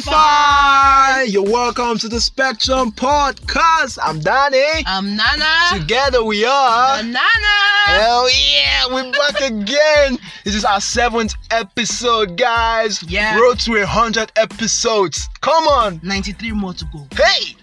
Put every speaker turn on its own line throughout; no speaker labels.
Spotify. You're welcome to the Spectrum Podcast. I'm Danny.
I'm Nana.
Together we are.
Banana.
Hell yeah, we're back again. This is our seventh episode, guys.
Yeah.
Road to 100 episodes. Come on.
93 more to go.
Hey,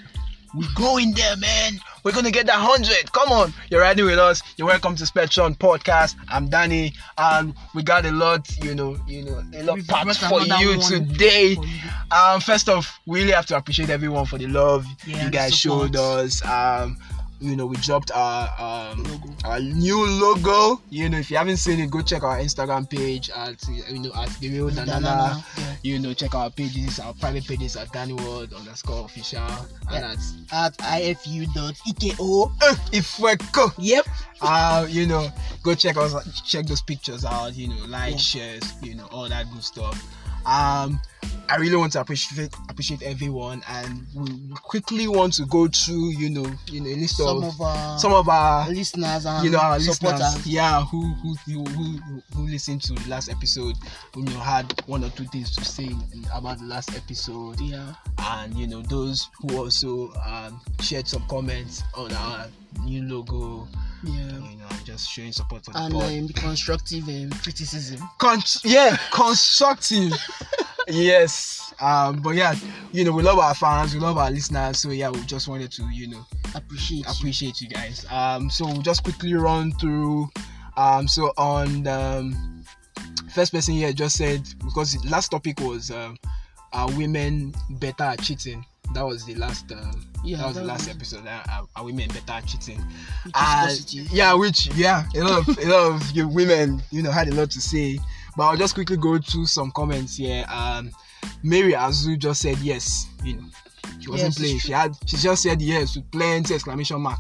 we're going there, man. We're gonna get that hundred. Come on, you're riding with us. You're welcome to Spectrum Podcast. I'm Danny, and we got a lot, you know, you know, a lot
We've
packed
got
for
another
you
one
today.
for you.
Um, first off, we really have to appreciate everyone for the love
Yeah,
you
the
guys showed us.
support.
Um, you know, we dropped our um,
Logo.
our new logo. You know, if you haven't seen it, go check our Instagram page at you know at the real Nanana.
Banana. Yeah.
You know, check our pages, our private pages at Danny World underscore official and at
At ifu.eko.
Eh, Ifweko.
E Yep.
Uh, you know, go check us, check those pictures out. You know, like,
Yeah.
shares, you know, all that good stuff. Um, I really want to appreciate appreciate everyone, and we quickly want to go through, you know, you know, a list
Some
of
of our
some of our
listeners and
you know our
supporters.
listeners yeah who who who who, who listened to the last episode you know had one or two things to say about the last episode
Yeah.
and you know those who also um, shared some comments on our new logo
Yeah.
you know and just showing support for the
And
pod
um, constructive um, criticism.
Con- yeah constructive yes um but yeah you know we love our fans we love our listeners so yeah we just wanted to you know
Appreciate. you.
appreciate you guys. Um, so we'll just quickly run through. Um, so on the um, first person here just said because the last topic was um, are women better at cheating? That was the last. Um,
Yeah,
that was the
that
last
was-
episode. Uh, are, are women better at cheating?
Which is
Uh,
positive.
yeah, which yeah, a lot of a lot of you women, you know, had a lot to say. But I'll just quickly go through some comments here. Um, Mary Azu just said yes. You know, she
Yes,
wasn't
it's
playing. She
true.
had she just said yes with plenty exclamation mark.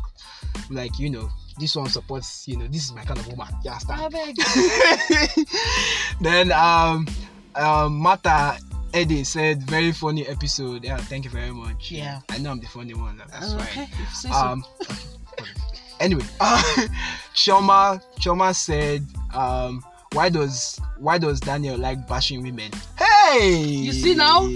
Like you know, this one supports. You know, this is my kind of woman. Yeah, stand.
Abeg.
then um, um, Mata Eddie said very funny episode. Yeah, thank you very much.
Yeah.
I know I'm the funny one. That's
Uh,
why.
okay. if you say so.
Um, anyway, uh, Choma Choma said, um, "Why does why does Daniel like bashing women?" Hey, you
see now?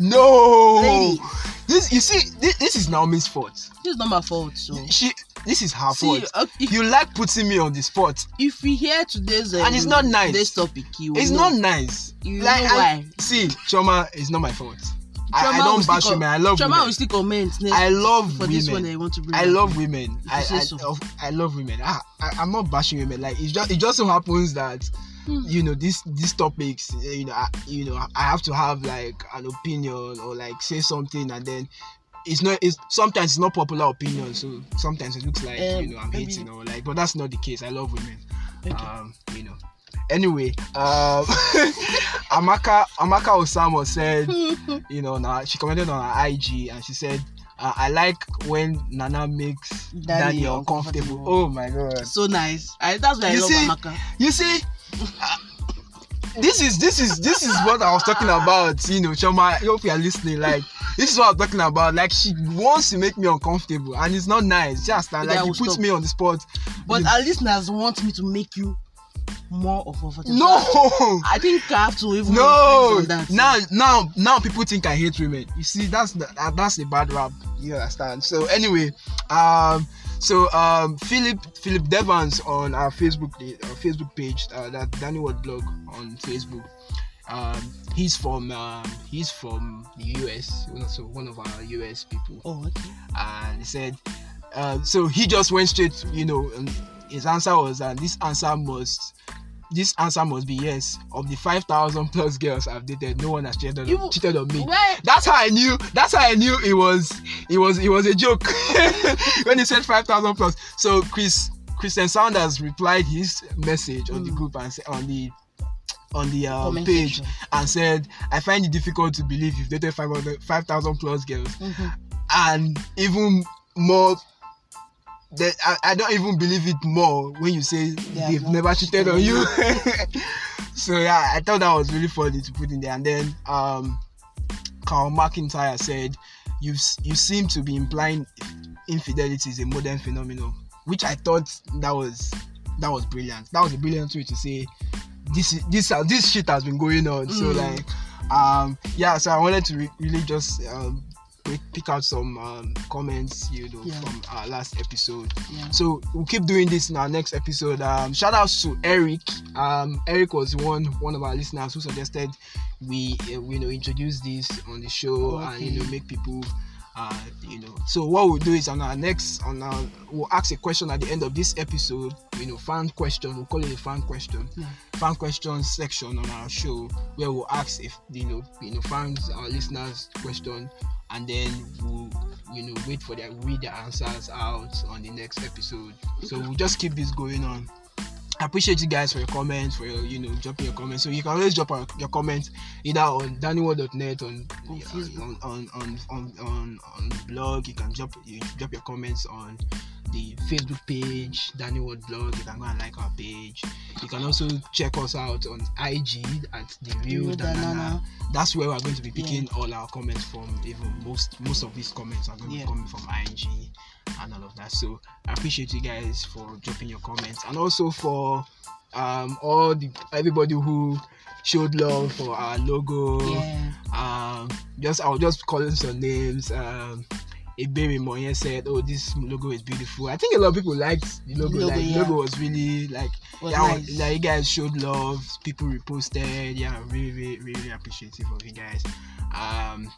No,
Lady.
this you see this, this is Naomi's fault.
This is not my fault. So.
She this is her
Mm. See,
fault.
uh, if,
You like putting me on the spot.
if we hear today's um,
And it's not nice.
Today's topic, you will
It's
know.
not nice.
You
like,
know
I-
why.
see, Choma, it's not my fault. I, I
Chioma will
don't
still
bash
come-
women. I love
Chioma
women.
will still comment next
I love
for
women.
this one. eh? I want to bring.
I
up.
love women.
If you
I,
say
I,
so.
of- I love women. I, I I'm not bashing women. Like it just it just so happens that
Hmm.
you know these these topics. eh, You know I, you know I have to have like an opinion or like say something and then it's not it's sometimes it's not popular opinion. So sometimes it looks like
Um,
you know I'm
maybe-
hating or like but that's not the case. I love women.
Okay.
Um, you know. Anyway, um, Amaka Amaka Osamo said you know, now she commented on her IG and she said, uh, I like when Nana makes Danny,
Danny
uncomfortable.
uncomfortable.
Oh my god.
So nice. I, that's why I
You
love
see?
Amaka.
You see, uh, this is this is this is what I was talking about. You know, Choma, I hope you're listening. Like, this is what I'm talking about. Like, she wants to make me uncomfortable, and it's not nice. Just that,
Yeah,
like,
I
you
will
put
stop.
me on the spot.
But our listeners want me to make you more of comfortable.
No.
I think I have to even
No,
on that.
now, now, now people think I hate women. You see, that's the, uh, that's a bad rap. You understand? So anyway, um, so um, Philip Philip Devans on our Facebook our Facebook page, uh, that Danny Ward blog on Facebook. Um, he's from um, he's from the US, so one of our US people
Oh, okay.
and he said, uh, so he just went straight, you know, and his answer was that this answer must, this answer must be yes. Of the five thousand plus girls I've dated, no one has cheated on,
You-
cheated on me.
Where?
That's how I knew. That's how I knew it was. It was. It was a joke when he said five thousand plus. So Chris Christian Sanders replied his message on the
Mm.
group and sa- on the on the um,
Comment
page
section.
and said, I find it difficult to believe you've dated 500 5,000 plus girls
Mhm.
and even more that I, I don't even believe it more when you say
Yeah,
they've
no,
never cheated on you. so yeah, I thought that was really funny to put in there. And then um Carl McIntyre said, You s- you seem to be implying infidelity is a modern phenomenon, which I thought that was that was brilliant. That was a brilliant way to say this is- this has- this shit has been going on. So
Mm.
like Um, yeah, so I wanted to re- really just um, pick- pick out some um, comments, you know,
Yeah.
from our last episode.
Yeah.
So we'll keep doing this in our next episode. Um, shout outs to Eric. Um, Eric was one one of our listeners who suggested we uh, we, you know introduce this on the show and you know
Okay.
make people. Uh, you know, so what we'll do is on our next, on our, we'll ask a question at the end of this episode. You know, fan question. We'll call it a fan question.
Yeah.
Fan question section on our show where we'll ask if you know, you know, fans, our listeners, question, and then we'll you know wait for their read the answers out on the next episode so we'll just keep this going on I appreciate you guys for your comments, for your, you know, dropping your comments. So you can always drop our, your comments either on dannyworld.net, on
On
yeah,
Facebook.
on, on, on, on, on, on the blog. You can drop you drop your comments on the Facebook page, Danny World blog. You can go and like our page. You can also check us out on IG at the real
Real
Danana.
Danana.
That's where we're going to be picking all our comments from. Even most most of these comments are going to
Yeah.
be coming from IG and all of that. So I appreciate you guys for dropping your comments and also for um all the everybody who showed love for our logo.
Yeah.
Um just I'll just call in some names. Um Iberi Moyen said, Oh, this logo is beautiful. I think a lot of people liked the logo.
Logo,
like
yeah.
logo was really like
Was
yeah,
nice.
like you guys showed love, people reposted. Yeah, I'm really, really, really appreciative of you guys. Um,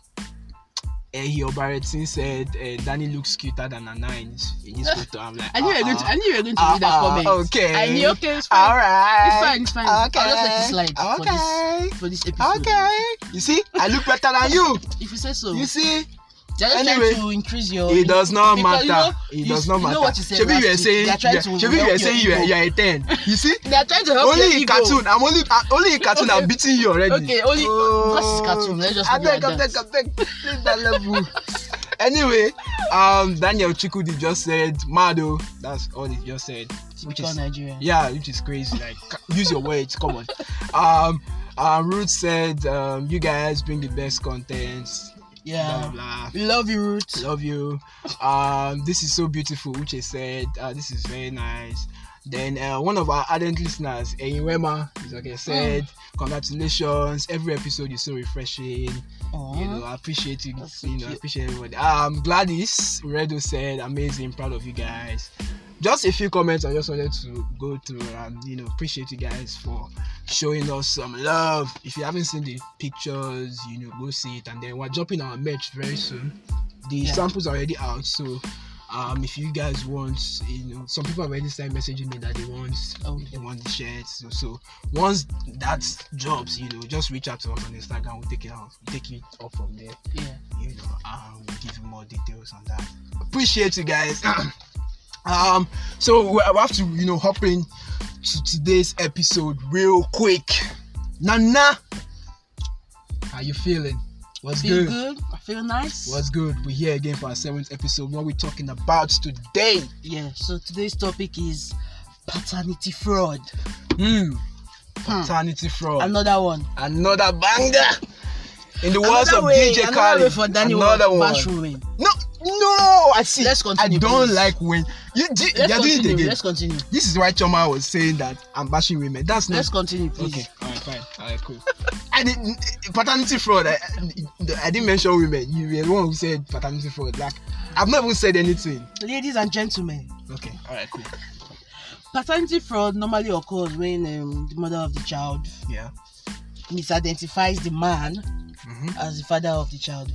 Ehio Barrettin said uh, Danny looks cuter than Nana in his, in his photo. I'm like,
I knew you were going to. I knew you were going to read that
uh-uh,
comment.
okay.
I knew. Okay, it's
all
fine.
right,
It's fine. It's fine.
Okay,
I just like this slide for this
okay,
for this episode.
okay. You see, I look better than you.
If you say so.
You see,
They're just
Anyway,
trying to increase your.
it does not
because,
matter.
you know,
it
you
does
s-
not
you know
matter.
what you said
Shebi,
last
you were
week.
saying,
They are trying
yeah,
to
Shebi, you
help
were
your
saying you are,
ego.
you are a ten. You see.
They are trying to help your
only in
ego.
cartoon i'm only uh, only in cartoon i'm
Okay.
beating you already Oh.
Okay, only- because it's cartoon, let's just leave it
abeg
like
abeg abeg leave that level anyway um daniel chikwudi just said mado that's all he just said which
Typical
is
Nigerian.
yeah which is crazy like ca- use your words come on um uh, Ruth said, um, "You guys bring the best content." Blah
Yeah.
blah.
We love you, Ruth.
Love you. Um, this is so beautiful. Uche said, uh, this is very nice. Then uh, one of our ardent listeners, Enyema, is like I said,
Oh.
congratulations. Every episode is so refreshing.
Aw.
You know, I appreciate you.
That's so
you know, I
cute.
appreciate everybody. Um, Gladys Redo said, amazing. Proud of you guys. Just a few comments I just wanted to go through and you know appreciate you guys for showing us some love. If you haven't seen the pictures, you know go see it. And then we're dropping our merch very soon the
Yeah.
samples are already out so um if you guys want you know some people have already started messaging me that they want
Okay.
they want the shirts so, so once that drops you know just reach out to us on instagram we'll take it out take it up from there
Yeah.
you know and we'll give you more details on that appreciate you guys um so we we have to you know hop in to today's episode real quick nana how you feeling what's
Feel
good?
good. I feel nice.
What's good? We're here again for our seventh episode. What we're talking about today?
Yeah. So today's topic is paternity fraud.
Hmm.
Hmm.
Paternity fraud.
Another one.
another banger. In the words
another
of
way,
DJ
another
Khaled.
way for Danny
another
Ward,
one.
Bash Ruin.
No, no. I see.
Let's continue,
I don't
please.
like when you. Do,
Let's
you're doing it
continue.
again.
Let's continue.
This is why Choma was saying that I'm bashing women. That's not
Let's continue,
Hmm. Okay.
please.
All right. Fine. All right. Cool. I didn't paternity fraud. I, I- I didn't mention women. You were the one who said paternity fraud. Like I've not even said anything.
Ladies and gentlemen,
Okay. All right. Cool.
paternity fraud normally occurs when um, the mother of the child
Yeah.
misidentifies the man
Mhm.
as the father of the child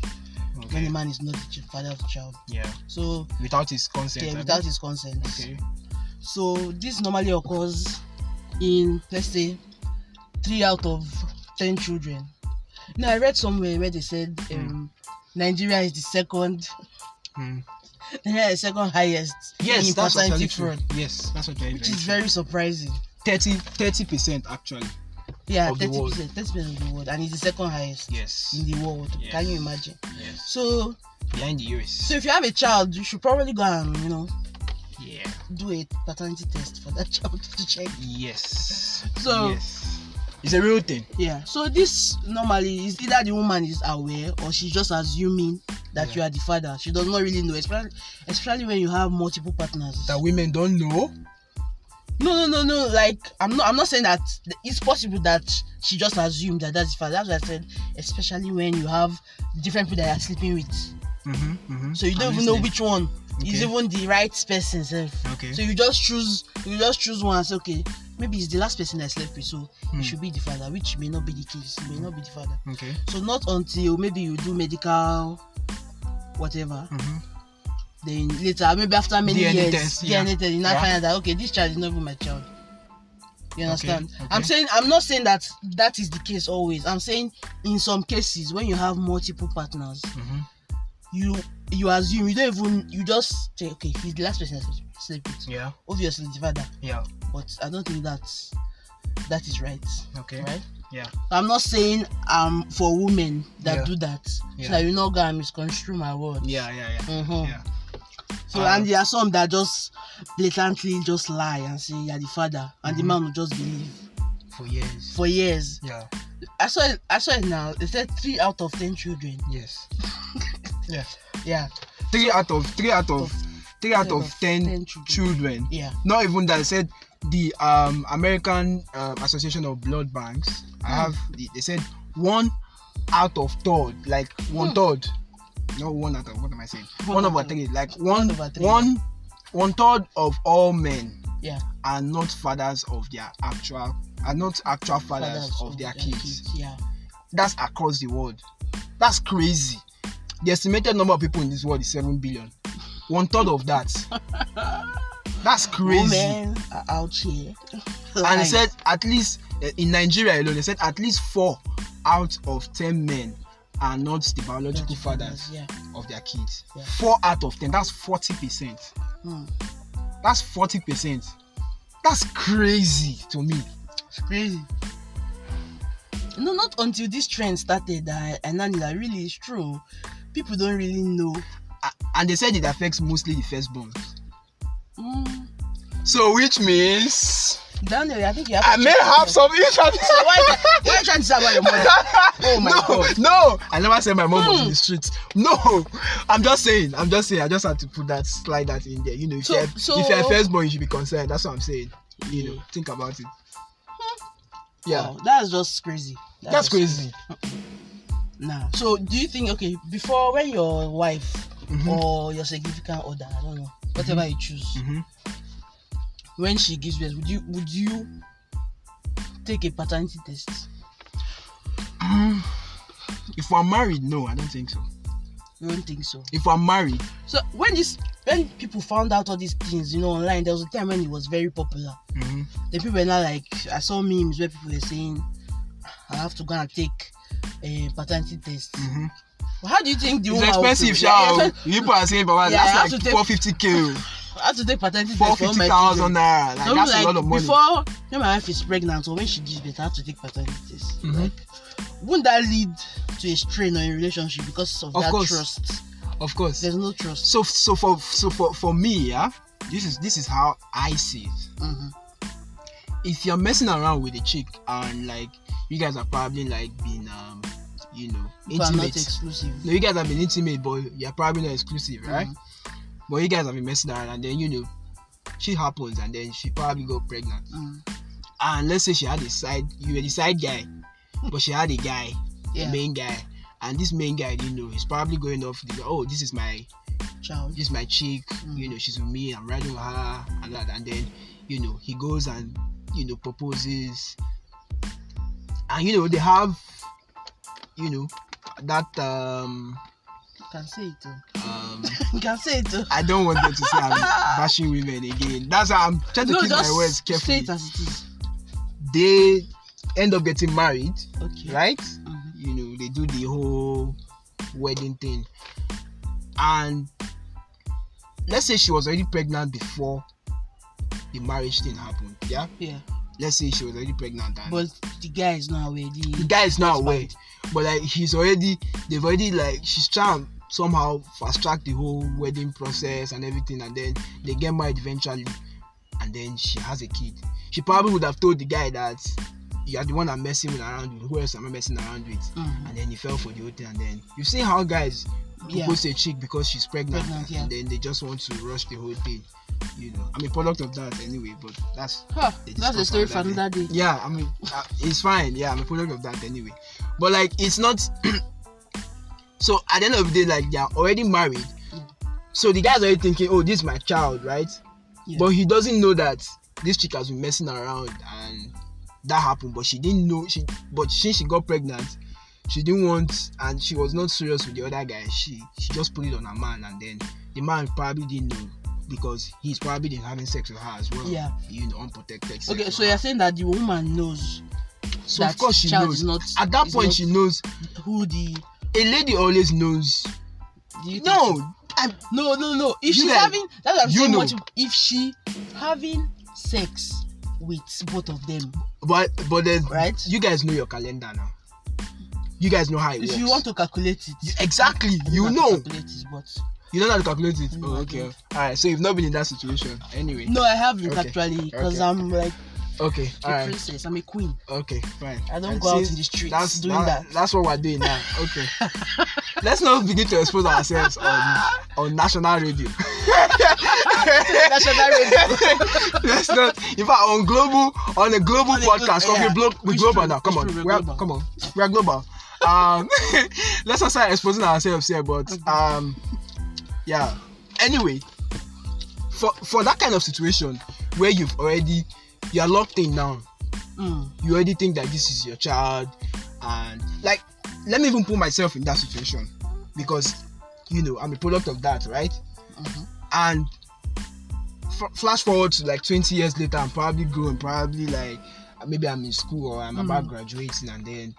when
Okay.
the man is not the ch- father of the child.
Yeah.
So
without his consent.
yeah,
I
without
mean.
his consent.
Okay.
So this normally occurs in let's say three out of ten children. Now I read somewhere where they said um, Nigeria is the second
Hmm.
Nigeria is the second highest in paternity fraud,
Yes, that's what
which is very surprising.
30 percent actually.
Yeah,
Of the
thirty
world.
percent, thirty percent of the world, and it's the second highest
Yes.
in the world.
Yes.
Can you imagine?
Yes.
So,
Behind the US.
so if you have a child, you should probably go and you know
Yeah.
do a paternity test for that child to check.
Yes.
So-
yes. it's a real thing.
Yeah. So this normally is either the woman is aware or she's just assuming that
Yeah.
you are the father. She does not really know, especially especially when you have multiple partners.
That women don't know.
No, no, no, no. Like I'm not. I'm not saying that th- it's possible that she just assumed that that's the fact. That's what I said. Especially when you have different people that you are sleeping with,
Mm-hmm, mm-hmm.
so you don't even know which one is even the right person. Self.
Okay.
So you just choose. You just choose one and say, okay, maybe it's the last person I slept with, so
Hmm.
it should be the father, which may not be the case. It may not be the father.
okay.
So not until maybe you do medical, whatever.
Mm-hmm.
Then later, maybe after many
DNA
years,
test, yeah.
DNA test, you now
Yeah.
find out that okay, this child is not even my child. You understand? I'm
okay.
saying I'm not saying that that is the case always. I'm saying in some cases when you have multiple partners,
Mm-hmm.
you you assume you don't even you just say okay, he's the last person I sleep- sleep with.
Yeah.
Obviously the father,
Yeah.
but I don't think that that is right.
Okay.
Right?
Yeah.
I'm not saying um for women that
Yeah.
do that
Yeah.
so that you not go and misconstrue my words.
Yeah. Yeah. Yeah.
Mhm.
Yeah.
So
Uh,
and there are some that just blatantly just lie and say you're the father, and the
Mhm.
man will just believe
For years.
for years.
yeah.
I saw it. I saw it now. They said three out of ten children.
Yes. yeah.
Yeah.
Three out of three out of three out of ten,
children.
children.
Yeah.
Not even that. I said the um American um, Association of Blood Banks. I
Hmm.
have. the- They said one out of third, like one
Hmm.
third. No one out of. What am I saying?
One
One,
out
over
of-
three. Like one.
over three.
One. One third of all men.
Yeah.
are not fathers of their actual are not actual fathers, of, their, kids.
Yeah.
That's across the world. That's crazy. The estimated number of people in this world is seven billion. One third of that. That's crazy.
Women are out here.
and
lying.
they said at least uh, in Nigeria alone, they said at least four out of ten men are not the biological fathers
Yeah.
of their kids.
Yeah.
Four out of ten. That's forty percent.
Hmm.
That's forty percent. That's crazy to me.
It's crazy. No, not until this trend started that I now knew that really it's true. People don't really know.
A- and they said it affects mostly the firstborn.
Mm.
So which means
Daniel, I think you have.
I
to
may
check
have
yourself.
some issues.
So why, you try- why you trying to say about your mother? Oh my
no,
God.
No, I never said my mom was
Hmm.
in the streets. No, I'm just saying. I'm just saying. I just had to put that slide that in there. You know, if
So-
you're
so-
if you're firstborn, you should be concerned. That's what I'm saying. You know, think about it. Yeah,
Wow, that's just crazy. That's,
that's
just
crazy.
Nah. So do you think okay before when your wife
Mhm.
or your significant other, I don't know, whatever you choose,
Mhm.
when she gives birth, would you would you take a paternity test?
Mm. If we're married, no, I don't think so.
You don't think so.
If we're married,
So when this when people found out all these things, you know, online, there was a time when it was very popular.
mhm,
The people were not like I saw memes where people were saying, I have to go and take a paternity test.
mhm.
How do you think the
it's
woman will
expensive, oh. shall
feel? Yeah, yeah, so-
people are saying, Baba,
Yeah, I have
that's
to
like
take-
450 k, oh.
I have to take paternity test for all my
450,000
children.
naira. Like
Some
that's a
people
lot of money.
Before when my wife is pregnant or when she gives birth, I have to take paternity test.
Mhm.
Like, wouldn't that lead to a strain on a relationship because of,
Of
that
course.
trust?
Of course.
There's no trust.
so so for so for for me yeah this is this is how i see it
hmm
if you're messing around with a chick and like you guys are probably like being um you know
People are not
intimate
exclusive.
no you guys have been intimate but you're probably not exclusive right
Mhm.
but you guys have been messing around and then you know she happens and then she probably got pregnant
Mm.
and let's say she had a side you were the side guy but she had a guy
Hmm. Yeah,
the main guy and this main guy you know is probably going off the oh this is my
child.
this is my chick, you
Mm.
know, she's with me, I'm riding with her, and that, and then, you know, he goes and, you know, proposes, and you know, they have, you know, that um,
You can say it. oh.
um
You can say it. oh.
I don't want them to say I'm bashing women again. That's how I'm trying to
No,
keep my words
just say
carefully.
it as it is.
They end up getting married,
Okay.
right?
Mhm.
You know, they do the whole wedding thing, and let's say she was already pregnant before the marriage thing happened. Yeah.
Yeah,
let's say she was already pregnant and
but the guy is not aware.
the
The,
guy is not
That's
aware
bad.
but like he's already they've already like she's trying to somehow fast track the whole wedding process and everything and then they get married eventually and then she has a kid she probably would have told the guy that you're the one i'm messing with around with who else am i messing around with
Mhm.
and then he fell for the whole thing and then you've seen how guys
Yeah.
propose to a chick because she's pregnant,
Pregnant, yeah.
and then they just want to rush the whole thing. You know, I'm a product of that anyway, but that's
Huh,
They
that's the
discuss
story for
another
another day.
yeah. I mean, uh, it's fine. Yeah, I'm a product of that anyway. But like, it's not. so at the end of the day, like they are already married.
Yeah.
So the guy's already thinking, oh, this is my child, right?
Yeah.
But he doesn't know that this chick has been messing around and that happened. But she didn't know she. But since she got pregnant, she didn't want, and she was not serious with the other guy. She she just put it on her man, and then the man probably didn't know because he's probably been having sex with her as well.
Yeah.
You know, unprotected sex.
Okay,
with
so
her.
you're saying that the woman knows
So
that
of course she
child
knows.
is not
At that
is
point,
not
she knows.
who the
A lady always knows.
do you think so?
No, I,
no no no if
You
she's
guys-
having that's what I'm
you
saying
know.
what you- if she having sex with both of them
but but then
Right.
you guys know your calendar now. You guys know how it
if
works.
you want to calculate it
You- exactly,
I don't
you
how to
know.
calculate it, but
You know how to calculate it.
No,
Oh,
I
okay. All
don't.
right. So you've not been in that situation anyway.
no I haven't
Okay,
actually because
okay.
I'm like
Okay.
a
All right.
princess I'm a queen
Okay. Fine.
I don't
And
go out
since
in the streets
That's
doing that.
That's what we're doing now. Okay. Let's not begin to expose ourselves on on national radio.
national radio
Let's not. In fact, on global, on a global
On a glo-
podcast, 'cause
yeah.
we blo- we
It's
global
true,
now. Come
it's
on,
true, we're
we are,
global.
come on, we are global. Um, let's not start exposing ourselves here, but um, yeah. Anyway, for for that kind of situation where you've already you're locked in now,
mm,
you already think that this is your child, and like, let me even put myself in that situation because you know I'm a product of that, right?
mhm.
and f- flash forward to like 20 years later i'm probably grown probably like maybe i'm in school or i'm about
Mm.
graduating and then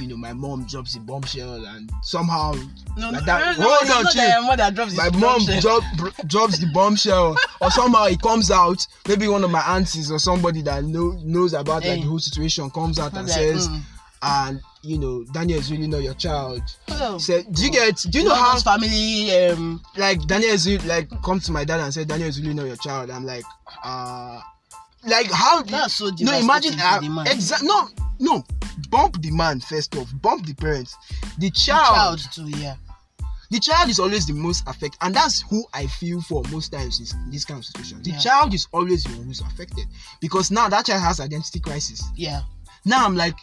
you know my mom drops a bombshell and somehow
no no,
Like
no,
that-
no, no
hold
it's
on,
not
chill.
that your mother drops
my mom
this bombshell.
drop, drops the bombshell or somehow it comes out maybe one of my aunties or somebody that know, knows about like
Hey.
the whole situation comes out and
Like,
says
mm,
and you know daniel is really not your child
hello.
said do you get do you know
All
how
those family um
like Daniel is really- like come to my dad and said Daniel is really not your child. I'm like, uh, like how? do-
That's so
no, imagine
devastating to
uh,
the man.
exa- no, no, bump the man first off, bump the parents. The
child
child,
too yeah
the child, is always the most affected, and that's who I feel for most times in this kind of situation. The
Yeah.
child is always the one who's affected because now that child has identity crisis.
yeah
Now I'm like.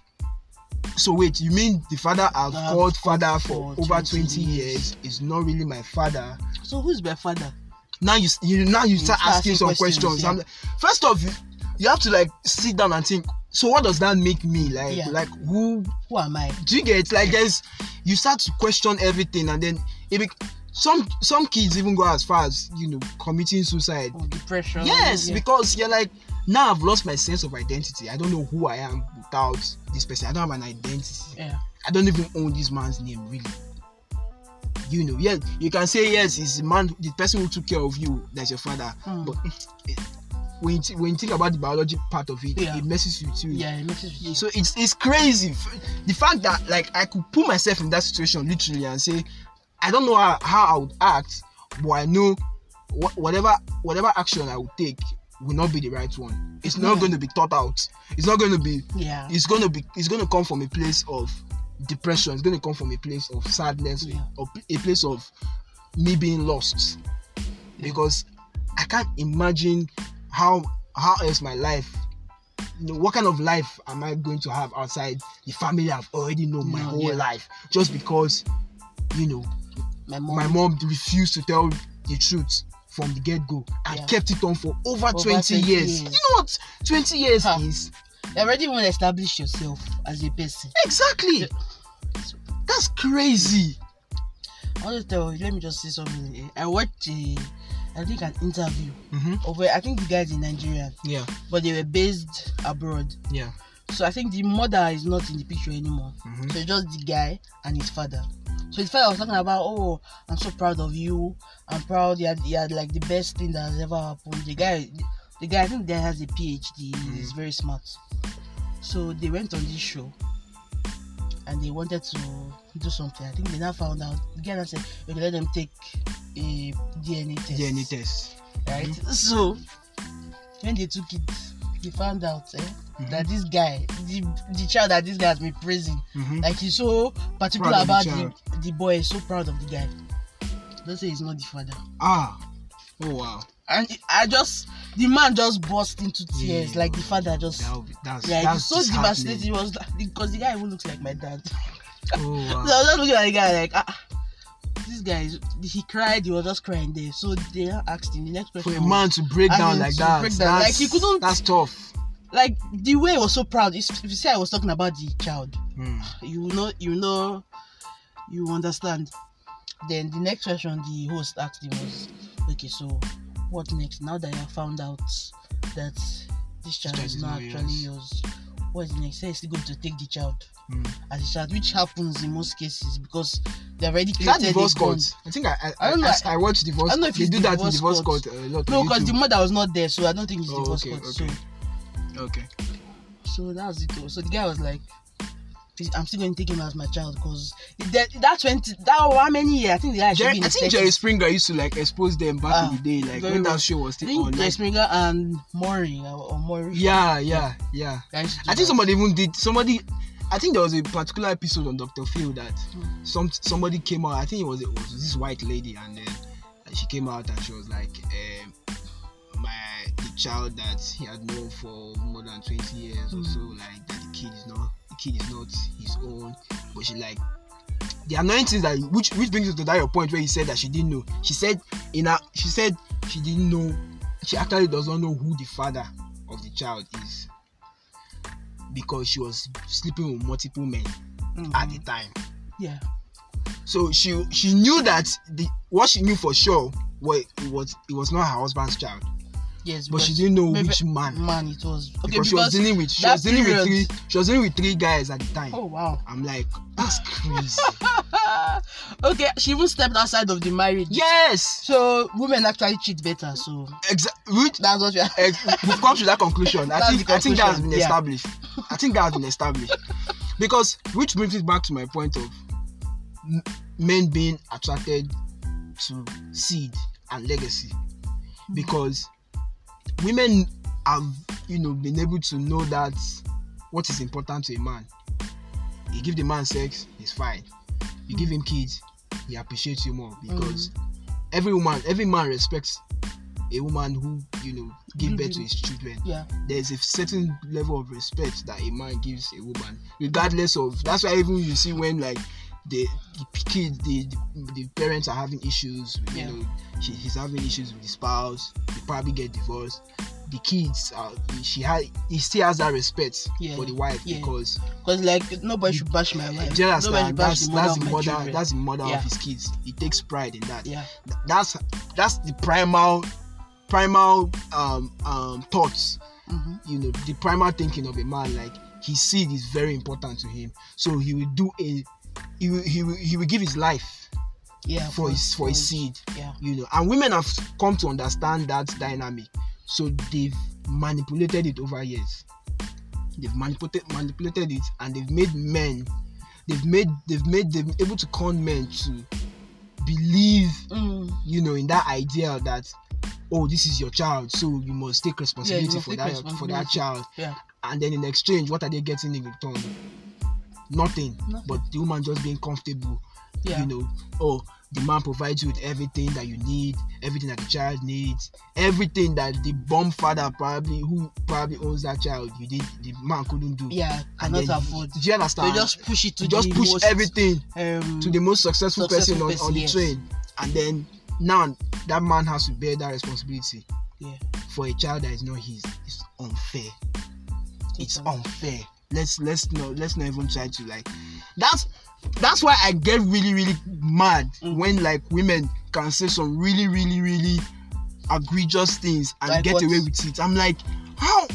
So wait, you mean the father I've
I've
called
called
father
for
for over
20
20 years is not really my father?
so who's my father
now you, you now you start,
start
asking
asking
some
questions,
questions.
yeah.
I'm like, first off, you, you have to like sit down and think. So what does that make me like?
Yeah.
Like who
who am I
do you get? Like there's you start to question everything, and then it bec- some some kids even go as far as you know committing suicide.
oh, depression
Yes,
yeah.
because you're like now I've lost my sense of identity. I don't know who I am without this person. I don't have an identity.
yeah
I don't even own this man's name really. You know, yes, you can say yes, it's the man, the person who took care of you, that's your father.
Mm.
But eh, when you, thi- when you think about the biology part of it,
Yeah.
it messes with you.
yeah it makes it
So it's it's crazy. F- The fact that like I could put myself in that situation literally and say, I don't know how, how I would act, but I know wha- whatever whatever action I would take will not be the right one. It's not
Yeah.
going to be thought out. It's not going to be
yeah
it's gonna be it's gonna come from a place of depression it's gonna come from a place of sadness
Yeah.
or a place of me being lost because i can't imagine how how else my life you know, what kind of life am i going to have outside the family i've already known my
No,
whole
yeah.
life just because you know
my mom
my mom refused to tell the truth from the get-go and
Yeah.
kept it on for over,
Over
20
20
years.
years.
you know what 20 years
Huh.
is
you already even established yourself as a person
Exactly. That's crazy.
I want to tell you let me just say something eh. I watched a I think an interview
Mm-hmm.
of where I think the guys in Nigeria
Yeah,
but they were based abroad
yeah.
so I think the mother is not in the picture anymore
Mhm.
so it's just the guy and his father so his father was talking about oh i'm so proud of you i'm proud you had, you had like the best thing that has ever happened the guy the guy i think the guy has a phd he's very smart so they went on this show and they wanted to do something i think they now found out the guy now said okay let them take a dna test
DNA test. Mm-hmm.
right so when they took it they found out eh,
Mm-hmm.
that this guy, the the child that this guy has been praising,
Mhm.
like he's so particular
Proud of the
about the,
child.
the, boy, he's so proud of the guy. Don't say he's not the father.
Ah. Oh wow.
And I just the man just burst into tears,
Yeah.
like the father just
That would be, that's
yeah,
that's
it was so
disheartening.
devastating. It was like, because the guy even looks like my dad.
Oh
So I
wow.
was just looking at the guy like, ah, this guy, is, he cried, he was just crying there. So they now asked him the next question.
For a
was-
man to break
I
down
mean,
like
to
that,
break down,
that's,
like, he couldn't-
that's tough.
Like the way he was so proud. If if you say I was talking about the child,
Mm.
you will know, you know, you will understand. Then the next question the host asked him was, okay, so what next? Now that you have found out that this child
child
is
is not
not actually yours, what is next? Say he's still going to take the child
Mm.
as a child, which happens in most cases because they already
Is that
created a
divorce court?
bond.
I think I I,
I
I,
don't know,
I, I watch divorce.
I don't know if
they
it's
do that in
divorce
divorce
court.
court, a lot.
No,
on
because the
YouTube.
mother was not there, so I don't think it's
Oh,
divorce
okay,
court.
okay.
So,
okay.
so that was it. though. So the guy was like, "Please, I'm still going to take him as my child because that, that's when t- that how many years I think the guy should
Jerry,
be in
I
his
think
30s.
Jerry Springer used to like expose them back
Ah,
in the day, like
very
when
well.
that show was
I
still
think
on.
Jerry
Like,
Springer and Maury uh, or, or Maury.
yeah, yeah, yeah.
Guys should do
I think
that.
somebody even did somebody. I think there was a particular episode on Doctor Phil that some somebody came out. I think it was it was this white lady, and then uh, she came out and she was like, um, "My the child that he had known for more than twenty years or
Mm.
so, like that the kid is not the kid is not his own." But she like the anointing that which which brings us to that your point where you said that she didn't know. She said in her she said she didn't know. She actually does not know who the father of the child is because she was sleeping with multiple men
Mhm.
at the time.
yeah,
So she she knew that the what she knew for sure was it was it was not her husband's child,
yes,
but she
because-
didn't know
maybe-
which man
Man, it was okay
because, she was dealing with she
that
was dealing with three
period-
she was dealing with three guys at the time.
Oh wow.
I'm like that's crazy.
okay, she even stepped outside of the marriage.
yes,
So women actually cheat better. So
exactly. Which
that's what we are.
ex- we've come to that conclusion. I
That's
think
the
I think that has
conclusion,
been
yeah.
established. I think that has been established because which brings it back to my point of m- men being attracted to seed and legacy because women have you know been able to know that what is important to a man. You give the man sex, he's fine. You give him kids, he appreciates you more because
Mm-hmm.
every woman, every man respects a woman who you know
Mm-hmm.
give birth to his children
Yeah.
there's a certain level of respect that a man gives a woman regardless of that's why even you see when like the, the p- kid the, the the parents are having issues with,
Yeah.
you know she, he's having issues with his spouse they probably get divorced the kids are she had he still has that respect
Yeah.
for the wife
Yeah.
because
Because like nobody should bash my wife.
do you
Nobody
understand
should bash
that's,
the mother
that's
of
the
my
mother
children.
that's the mother
Yeah.
of his kids he takes pride in that
yeah.
Th- that's that's the primal primal um um thoughts
hmm
you know the primal thinking of a man like his seed is very important to him so he will do a he will he will, he will give his life
Yeah.
for his for his seed
Yeah.
you know and women have come to understand that dynamic so they've manipulated it over years they've manipulated manipulated it and they've made men they've made they've made them able to con men to believe
Mm.
you know in that idea that oh this is your child so you must take responsibility
must
for
take
that for that
responsibility.
child
Yeah.
and then in exchange what are they getting in return nothing,
Nothing.
but the woman just being comfortable
Yeah.
you know oh the man provides you with everything that you need everything that the child needs everything that the bomb father probably who probably owns that child you did the man couldn't do
yeah.
and
Cannot
then
afford.
do you
They
understand
just push it to
you just
the
push
most,
everything
um,
to the most successful,
Successful
person on,
person,
on the
yes.
train and then now that man has to bear that responsibility
Yeah.
for a child that is not his it's unfair it's
Totally.
unfair let's let's not let's not even try to like that's that's why i get really really mad
Mm.
when like women can say some really really really egregious things and
Like
get
what?
away with it i'm like how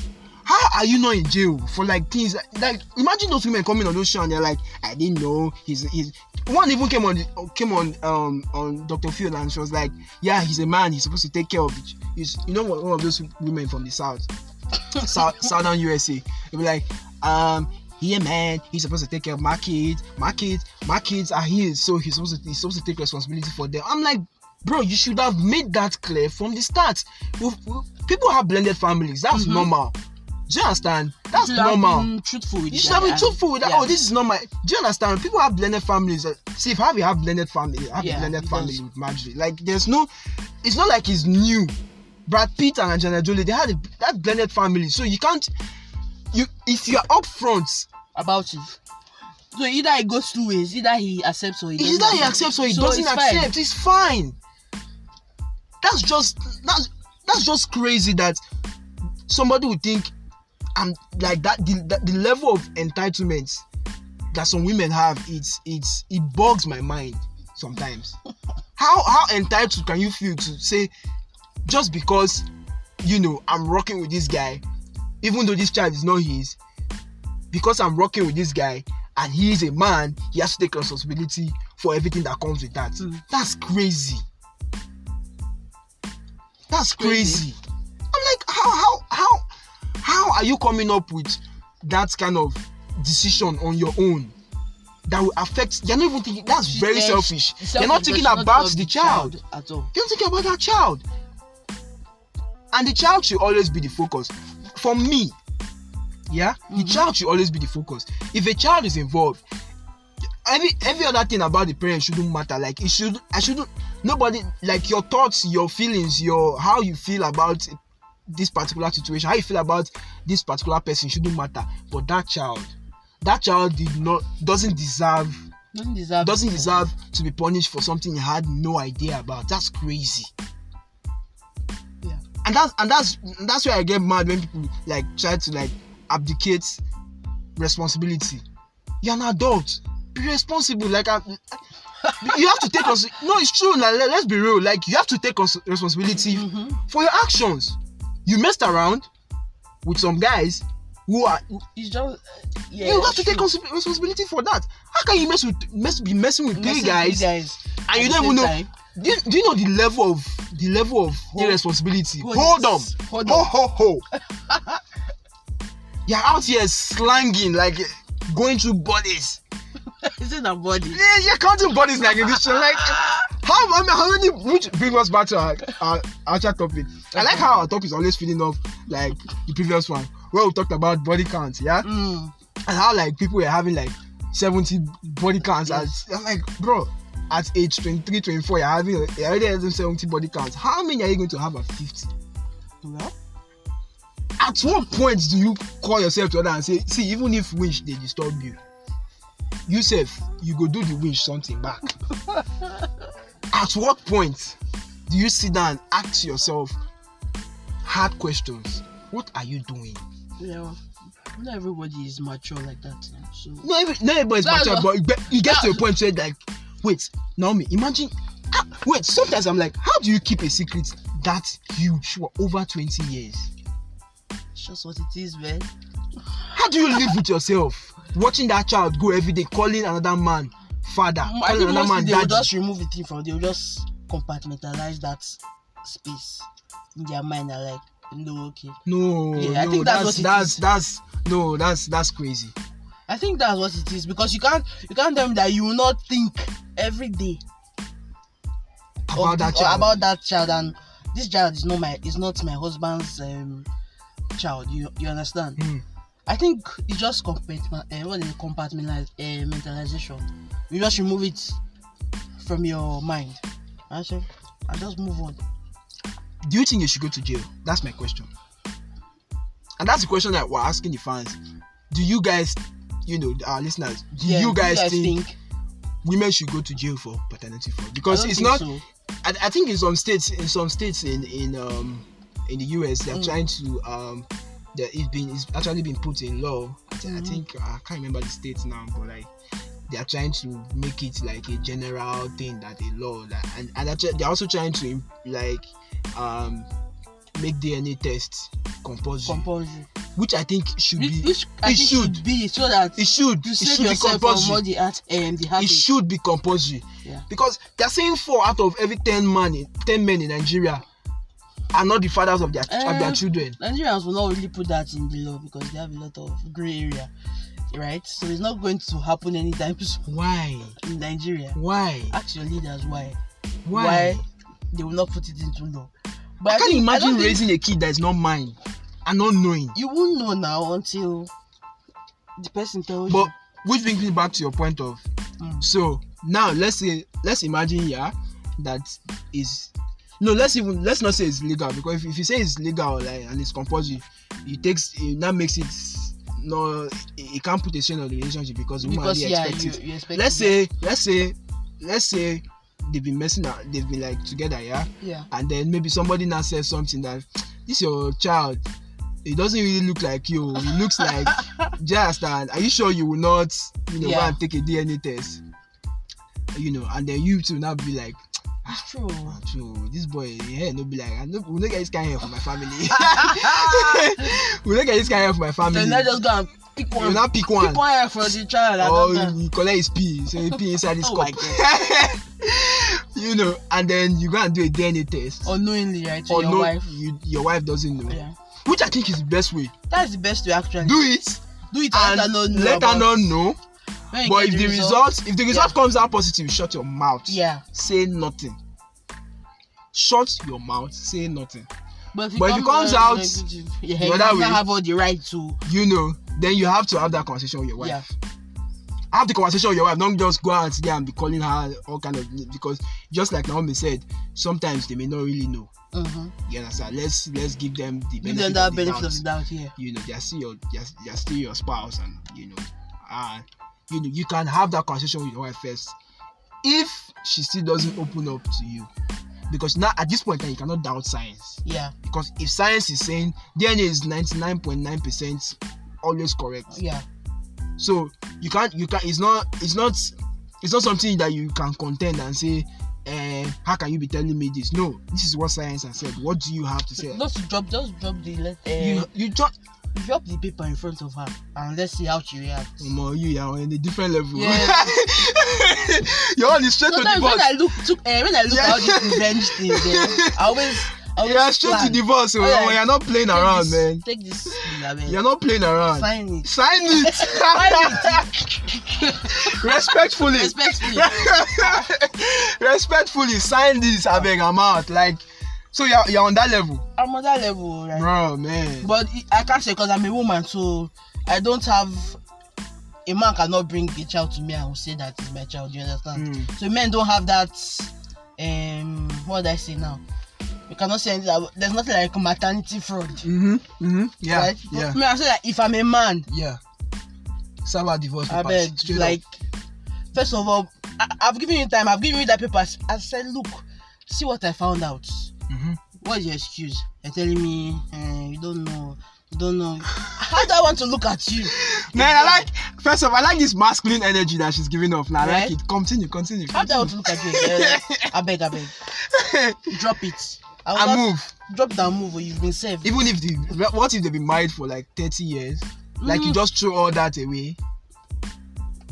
how are you not in jail for like things like, like imagine those women coming on those show and they're like i didn't know he's he's one even came on the- came on um on dr field and she was like yeah he's a man he's supposed to take care of it he's, you know one one of those women from the south South, southern USA. They'll be like, um, yeah, man, he's supposed to take care of my kids. My kids, my kids are his, so he's supposed to he's supposed to take responsibility for them. I'm like, bro, you should have made that clear from the start. We've- we- people have blended families. That's
Mhm.
normal. Do you understand? That's
should have
normal.
been mm, truthful with
You
it,
should be
yeah.
truthful with that.
Yeah.
Oh, this is not my. Do you understand? People have blended families. Uh, See, if have you have blended family, have
Yeah,
a blended
it
family
does.
with Marjorie. Like, there's no. It's not like it's new. Brad Pitt and Angelina Jolie, they had a, that blended family, so you can't. You if you are upfront,
about it. So either it goes two ways, either he accepts or he doesn't.
either he
accept.
accepts or he
So
doesn't
it's fine.
accept. It's fine. That's just that's that's just crazy that somebody would think I'm like that. The, that- the level of entitlement that some women have, it's it's it bogs my mind sometimes. how how entitled can you feel to say just because you know I'm rocking with this guy, even though this child is not his, because I'm rocking with this guy and he is a man, he has to take responsibility for everything that comes with that.
Mm.
That's crazy. That's crazy.
Crazy.
I'm like, how how how how are you coming up with that kind of decision on your own that will affect? You're not even thinking. That's
She
very
said
selfish.
she's
You're not thinking
self-impression,
about
of
the child.
at all.
You're not thinking about that child. And the child should always be the focus. For me, yeah, the
Mhm.
child should always be the focus. If a child is involved, every every other thing about the parent shouldn't matter. Like it should, I shouldn't. Nobody like your thoughts, your feelings, your how you feel about this particular situation, how you feel about this particular person shouldn't matter. But that child, that child did not doesn't deserve
Doesn't deserve.
doesn't
it.
deserve to be punished for something he had no idea about. That's crazy.
Yeah.
And that's and that's that's where I get mad when people like try to like abdicate responsibility. You're an adult. Be responsible. Like I, you have to take us. No, it's true. Like, let- let's be real. Like you have to take us responsibility
Mhm.
for your actions. You messed around with some guys who are
It's just. uh, Yeah,
you have to take
sure.
consi- responsibility for that. How can you mess with mess be messing with
Messing
gay guys
with guys
and you
at
don't
the
even know?
same time.
Do you, do you know the level of the level of
Hold-
irresponsibility?
hold
Hold
it.
on,
Hold
ho
on.
ho ho. You're out here slanging like going through bodies.
Is it a body?
Yeah, you're counting bodies like in this show. Like how I mean, how many? Which brings us back to our our actual topic. I like how our topic is always feeding off like the previous one where we talked about body counts. Yeah.
Mm.
and how like people were having like 70 body counts as I'm like bro at age 23 24 you're having you're already having 70 body counts how many are you going to have at 50
Well,
at what point do you call yourself to other and say see even if winch dey disturb you you sef you go do the winch something back at what point do you sit down and ask yourself hard questions what are you doing
yeah. Not everybody is mature like that. So
not every not everybody's
That's
mature
what-
but it get- it gets to a
that-
point where like wait naomi imagine ah, wait sometimes i'm like how do you keep a secret that huge for over 20 years
it's just what it is, man.
how do you live with yourself watching that child go every day calling another man father
Mm, I
calling
think
another
mostly
man
they will
daddy
just remove the thing from. They will just compartmentalize that space in their mind. I like, no, okay.
no
Yeah, I
no
think that's what
that's
it
that's,
is.
that's no that's that's crazy
I think that's what it is because you can't you can't tell me that you will not think every day of
about that
this- or
child
about that child and this child is not my is not my husband's um, child. You you understand?
Hmm.
I think it's just compartment uh, what is it, compartmentaliz- uh, mentalization. You just remove it from your mind. I say, I just move on.
do you think you should go to jail? That's my question. And that's the question that we're asking the fans. Do you guys, you know, our listeners, do
Yeah,
you guys think,
think?
women should go to jail for paternity fraud?
I
Because
don't
it's
think
not.
so.
I, I think in some states, in some states in in um in the US, they're
Mm.
trying to um, that it's been it's actually been put in law. I, thi- I
Mhm.
think I can't remember the states now, but like they are trying to make it like a general thing that a law that and and they're try- they're also trying to im- like um make DNA tests compulsory,
compulsory.
which I think should
Which,
be
which I
it
think
should.
should be so that
it should
you
it
save
should be
yourself from
compulsory
all the art um, the
it
habit.
should be compulsory
Yeah.
because they're saying four out of every ten man in ten men in nigeria are not the fathers of their of their
Eh.
children
Nigerians will not really put that in the law because they have a lot of grey area, right? So it's not going to happen anytime soon
why
in Nigeria.
why
Ask your leaders Ah, why
why,
why they will not put it into law. But
i can't
think-
imagine
don't think-
raising a kid that is not mine and not knowing.
You won't know now until the person tells
But which brings me back to your point of
you. Mm.
so now let's say let's imagine yeah that is no let's even let's not say it's legal because if, if you say it's legal like and it's compulsory it takes it, that makes it no it, it can't put a strain on the relationship because the woman
Because
really
yeah,
expects
you,
it
you expect.
let's say let's say let's say they've been messing up they've been like together yeah
Yeah.
and then maybe somebody now says something that this your child it doesn't really look like you it looks like just and are you sure you will not you know
Yeah.
go and take a dna test you know and then you too now be like
It's true.
"Ah, true this boy him hair no be like i no we no get this kind hair for my family we no get this kind hair for my family
Then I just go and pick
you
one.
now pick one
Pick one hair for the child. at
or
that time.
you collect his pee so he pee inside his
Oh my
cup you know and then you go and do a dna test
unknowingly right to
or
Oh, your
no
wife
You, your wife doesn't know
yeah
which i think is the best way
that's the best way actually
do it
do it
and
and let her know
let
about-
her not know
when you
but
get
if the result if the result comes out positive shut your mouth
yeah
say nothing shut your mouth say nothing
but if it
But if it comes out
negative, yeah,
the
you
other
don't
way-
have all the right to
you know then you have to have that conversation with your wife
yeah
have the conversation with your wife don't just go out there and be calling her all kind of names because just like naomi said sometimes they may not really know
mm-hmm.
you understand let's let's give them the
give
benefit,
them that
of, the
benefit
doubt.
of the doubt yeah
you know they're still your they're, they're still your spouse and you know uh you know you can have that conversation with your wife first if she still doesn't open up to you because now at this point in time, you cannot doubt science
yeah
because if science is saying dna is 99.9 percent always correct
yeah
so you can't you can it's not it's not it's not something that you can contend and say uh, how can you be telling me this no this is what science has said what do you have to say
just drop just drop the let uh,
you you just
drop the paper in front of her and let's see how she reacts
Omo, you are on a different level.
Yeah.
You're on the straight to
sometimes when
divorce.
i look to uh, when i look
Yeah.
at all these revenge things then i always I always
You are straight
plan,
to divorce. Oh,
Oh, yeah.
You're not playing
take
around,
this,
man.
take this man.
You're not playing around.
sign it
Sign it.
sign it
Respectfully.
respectfully
Respectfully, sign this. I beg, I'm out. Like, so you're, you're on that level.
I'm on that level, right?
Bro, man.
But it- I can't say because I'm a woman, so I don't have a man cannot bring a child to me and will say that is my child. You understand?
Mm.
So men don't have that. Um, what did I say now? You cannot say anything. ab- There's nothing like maternity fraud,
Mm-hmm. Mm-hmm. Yeah.
right?
Yeah.
But me, I say that if I'm a man,
Yeah. Sabah divorce.
I
papers,
beg,
straight up.
mm-hmm. like, first of all, I, I've given you time. I've given you that paper. I said, look, see what I found out.
Mhm.
what's your excuse? You're telling me eh, you don't know, you don't know. How do I want to look at you?
Man, I like. First of all, I like this masculine energy that she's giving off. Now, I like
Right?
it. Continue, continue.
How do I want to look at you? Eh, I beg, I beg. Drop it. I will
I
not-
move.
Drop that move. or You've been saved.
Even if the what if they've been married for like thirty years, like you
Mm.
just throw all that away.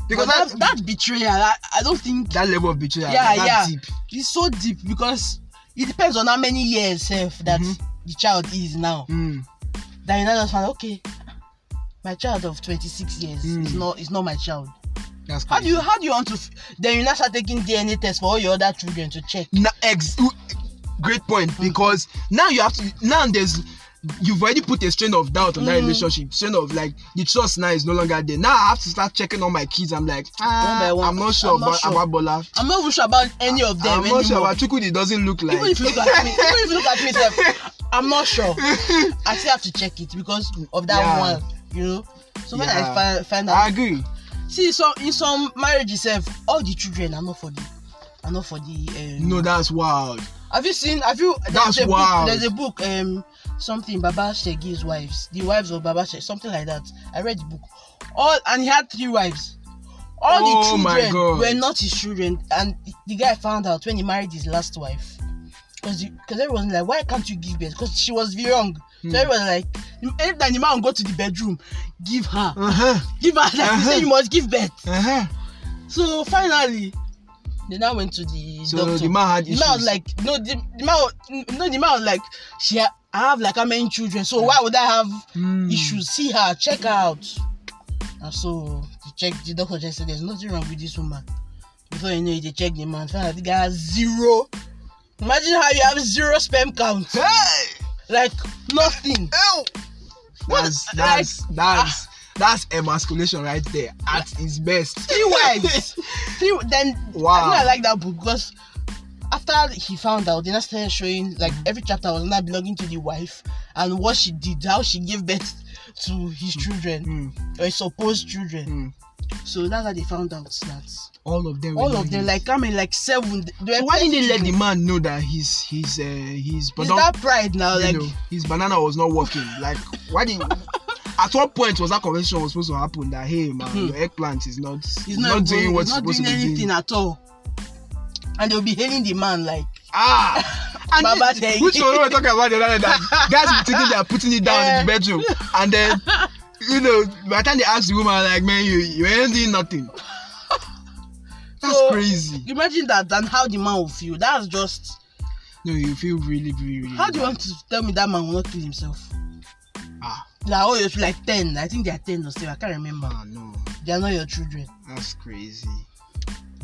Because
Because that,
that,
that betrayal, I, I don't think
that level of betrayal,
Yeah,
that
yeah.
deep.
it's so deep because it depends on how many years self that
Mhm.
the child is now.
Mm,
That you now just find okay, my child of 26 years is
Mm.
not is not my child.
that's
How do
crazy.
you how do you want to? F- then you now start taking DNA tests for all your other children to check.
Na- ex- great point
Mm.
because now you have to now there's you've already put a strain of doubt on that
Mm.
relationship strain of like the trust now is no longer there now i have to start checking on my kids i'm like ah,
by one.
i'm not sure
I'm not
about
sure.
about bola
I'm not even sure about any of them
i'm
anymore.
not sure about chukwudi doesn't look like
even if you look at me, even if you look at me, sef, I'm not sure. I still have to check it because of that
Yeah.
one, you know. So when
Yeah.
I find, find
i
out,
agree
see, some in some marriages, sef, all the children are not for the, are not for the. Um,
no that's wild
Have you seen? Have you?
That's
a
wild.
Book, there's a book, um, something Baba Shegi's wives, the wives of Baba Sheg, something like that. I read the book. All and he had three wives. All
Oh
the
my
children
God.
were not his children, and the guy found out when he married his last wife. Because everyone was like, why can't you give birth? Because she was young.
Hmm.
So everyone was like, anytime the man go to the bedroom, give her,
uh-huh
give her. Like, he
Uh-huh.
said you must give birth.
uh-huh
So finally, they now went to the
So
doctor.
the man had
The man was
issues.
like, no, the, the man, was- no, the man was like, she, ha- I have like how many children? So why would I have
Mm.
issues? See her, check her out. And so the check, the doctor just said, there's nothing wrong with this woman. Before you know it, they check the man, found out the guy has zero. Imagine how you have zero sperm count,
Hey!
like nothing.
Ew!
What-
That's that's that's that's emasculation right there at its best.
three wives. three, then
Wow.
I think I like that book because after he found out, they now started showing like every chapter was now belonging to the wife and what she did, how she gave birth to his children
Mm,
or his supposed children.
mm.
So that's how they found out that
All of them. were
all of
not
them,
his.
like I mean, like seven. th- They
why didn't they let the man know that his his uh, his
Is
banana
that pride now? Like
you know, his banana was not working? Like why did at what point was that conversation was supposed to happen that hey man
Hmm.
your eggplant is not
he's
is not, doing
growing,
what
he's
it's
not
supposed
doing
to be
anything
doing.
at all. And they'll be hailing the man like
Ah, and
Baba
this-
Teg.
which one we were talking about the other day? That guys be thinking they are putting it down in the
Yeah.
bedroom, and then you know by the time they ask the woman like, man, you you ain't doing nothing. That's
So-
crazy.
imagine that and how the man will feel. That's just
No, you feel really, really, really.
How do you want to tell me that man will not kill himself?
Ah,
Like all your like ten, I think they are ten or so. I can't remember.
ah, no,
They are not your children.
that's crazy.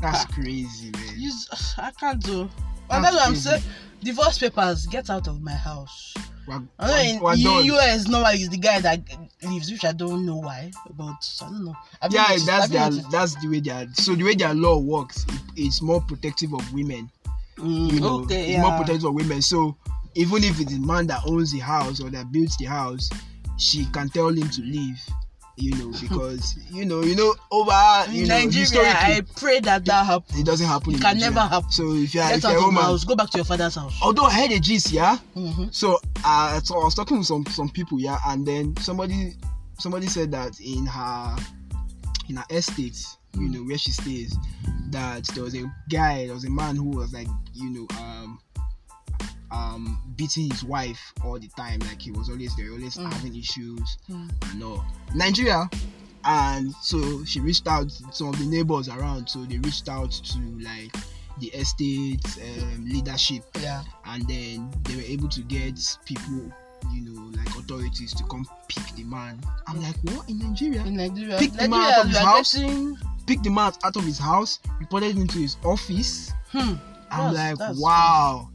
That's crazy, man.
Ah. You, s- I can't do.
That's
And that's what I'm
crazy.
saying. Divorce papers, get out of my house.
We're,
I know in
we're done.
U- US normally it's the guy that leaves, which I don't know why, but I don't know. I've
yeah,
noticed-
that's
I've
their,
noticed.
that's the way their so the way their law works. It, it's more protective of women.
Mm,
you know,
okay,
Mm-hmm. it's
yeah.
more protected for women. So even if it's a man that owns the house or that builds the house, she can tell him to leave, you know, because you know, you know, over
In
you know,
Nigeria,
historically,
I pray that that happens.
it doesn't happen.
It
in
can
Nigeria.
never happen.
So if you're, if
Get
you're a
out of my
woman, Oh.
house. Go back to your father's house.
although I had a gist, yeah.
hmm
So, uh, so I was talking with some some people, yeah, and then somebody somebody said that in her in her estate, you
Mm.
know, where she stays, that there was a guy, there was a man who was like, you know, um, um, beating his wife all the time. Like he was always there, always
Mm.
having issues
Mm.
and all. Nigeria. And so she reached out to some of the neighbors around. So they reached out to like the estate um, leadership
Yeah.
and then they were able to get people you know like authorities to come pick the man i'm like what in nigeria
In Nigeria,
Pick the man
Nigeria,
out of his
we are
house.
getting-
pick the man out of his house reported him to his office
Hmm.
i'm
That's-
like
that's-
wow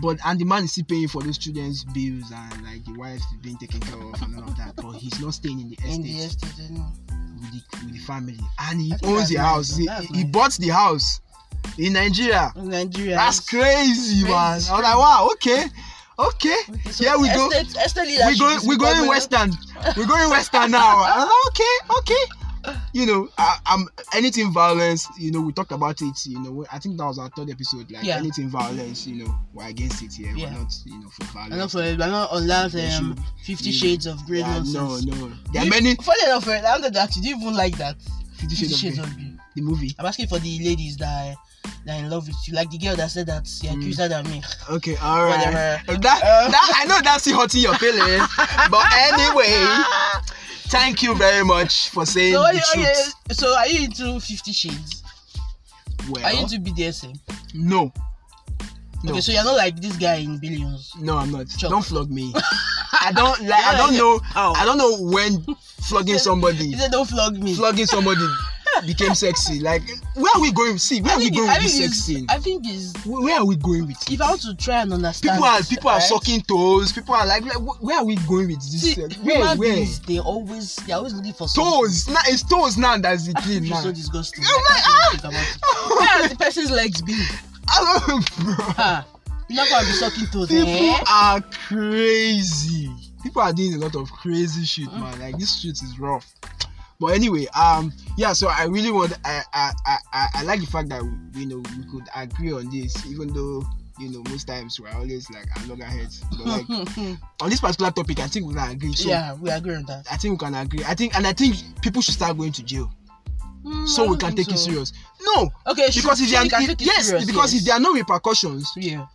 but and the man is still paying for those children's bills and like the wife is being taken care of and all of that but he's not staying in the estate
In the estate, you know.
with, the, with the family and he
I think
owns
that's
the
nice,
house he,
that's
he
nice.
bought the house in nigeria
in Nigeria.
that's
it's-
crazy
Crazy,
man i'm like wow okay okay
Okay, so
Here we go.
estate, Estate
we're
leadership
going
is
we're going
becoming-
western we're going western now I was like, okay okay you know I, i'm anything violence you know we talked about it you know i think that was our third episode like
Yeah.
anything violence you know we're against it here
Yeah.
we're not you know for
I know
violence
for we're not on that
They
um, Fifty
you-
Shades of Grey
yeah, no
nonsense.
no there
Do
are
you-
many
Funny enough, eh, I wanted to ask you, do you even like that?
Fifty
Fifty Shades
Shades of Grey
of Grey.
the movie
I'm asking for the ladies that that are in love with you, like the girl that said that she
Mm.
accused her than me.
okay all right Uh.
Whatever.
that, that I know that's still hurting your feelings but anyway thank you very much for saying
Ah, So,
the
what-
truth
okay, so are you into Fifty Shades?
well
Are you into BDSM?
no no
Okay, so you're not like this guy in Billions.
No, I'm not.
Chop.
Don't flog me. I don't like. I don't
Yeah. Oh.
know.
Ow.
I don't know when flogging somebody,
He said, "Don't flog me."
flogging somebody became sexy. Like, where are we going? See, where are
I
we
think,
going
I
with
think
this sex
it's-
thing?
I think it's
Where where are we going with it?
if I want to try and understand.
People are
this,
people are
right?
sucking toes. People are like, like, wh- where are we going with this?
See,
sex? Where
human
where?
beings, they always they're always looking for Ah,
Toes. Now it's toes now. That's the
Something.
thing
It's so
now.
disgusting.
I'm
I
like,
can't even think about it. Where are the person's legs been?
I don't know, bro.
Ha! You're not gonna be sucking toes,
People
eh?
are crazy. People are doing a lot of crazy shit,
Mm.
man. Like this shit is rough. But anyway, um, yeah. So I really want. I I I, I- I like the fact that you know we could agree on this, even though you know most times we're always like at loggerheads. But like on this particular topic, I think we can agree. So
yeah, we agree on that.
I think we can agree. I think, and I think people should start going to jail
Mm, I
so we
don't
can
think
take it
so.
serious. No,
Okay,
because
sure,
if there are
we can
if-
take it
yes,
serious,
because
yes.
if there are no repercussions,
yeah, And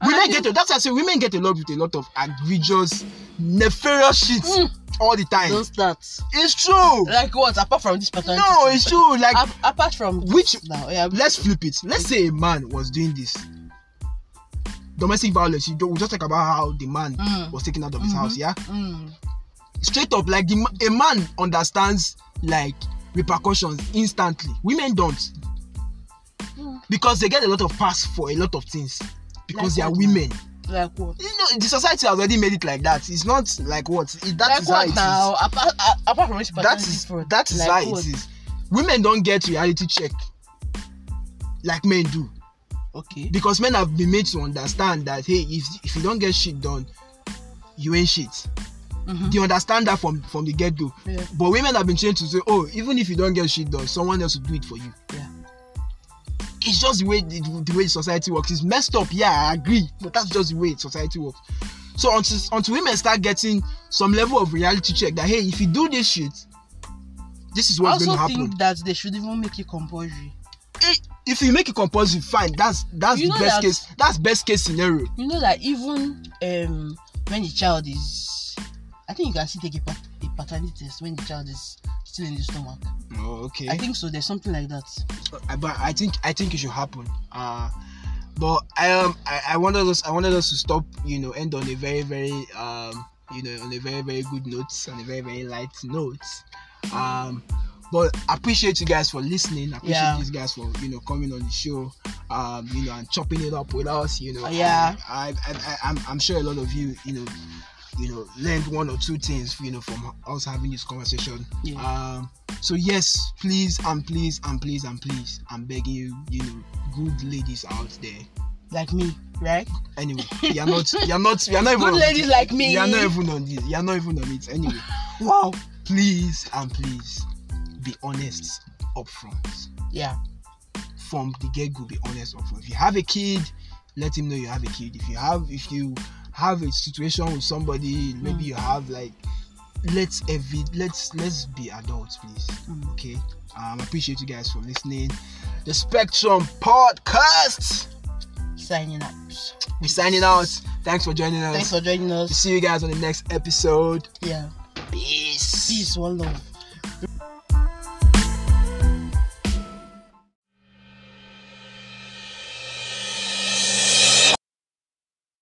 I
women
think
get to that's why I say women get to love with a lot of egregious, nefarious shit
Mm.
all the time.
those stats.
It's true.
Like what? Apart from this pattern.
No, it's true. Like
A- apart from
Which-
this now, yeah,
let's flip it. Let's say a man was doing this. Domestic violence. You don't we just talk about how the man
Mm.
was taken out of his
Mhm.
house. Yeah,
Mm.
straight up. Like the, ma- a man understands like repercussions instantly. Women don't
Mm.
because they get a lot of pass for a lot of things because
Like
they are
what now?
women.
like what?
You know, the society has already made it like that. It's not like what. It, that
like
is
what
how it is.
now? Apart, uh, apart from which
that is that is
like
how
what?
it is. Women don't get reality check like men do
Okay.
because men have been made to understand that hey, if if you don't get shit done, you ain't shit.
Mhm.
They understand that from from the get go.
Yeah.
But women have been trained to say, oh, even if you don't get shit done, someone else will do it for you.
Yeah.
It's just the way the, the way society works. It's messed up. Yeah, I agree. But that's just the way society works. So until until women start getting some level of reality check that hey, if you do this shit, this is
I
what's
also
going to happen.
think that they should even make it compulsory.
Eh, if you make it compulsory, fine. That's that's
You
the
know
best
that-
case. That's best case scenario.
You know that even um when the child is, I think you can still take a, pat- a paternity test when the child is still in the stomach.
Oh, okay.
I think so. There's something like that.
I- but I think I think it should happen. Uh, but I um I, I wanted us I wanted us to stop you know end on a very very um you know on a very very good note on a very very light note. Um, but I appreciate you guys for listening. I appreciate
Yeah.
these guys for you know coming on the show. Um, you know and chopping it up with us. You know.
Yeah.
I, I, I I'm I'm sure a lot of you you know you know learned one or two things you know from us having this conversation
Yeah.
um so yes please and please and please and please i'm begging you you know good ladies out there
like me, right?
anyway you're not you're not you're not even
Good
on-
ladies like me.
you're not even on this you're not even on it anyway
Wow.
please and please be honest upfront
Yeah.
from the get-go be honest upfront if you have a kid let him know you have a kid if you have if you have a situation with somebody maybe
Mm.
you have like let's every let's let's be adults please
Mm.
okay um appreciate you guys for listening the spectrum podcast
Signing out.
we're signing out thanks for joining us
Thanks for joining
We'll
us.
see you guys on the next episode
Yeah.
peace
Peace, one love.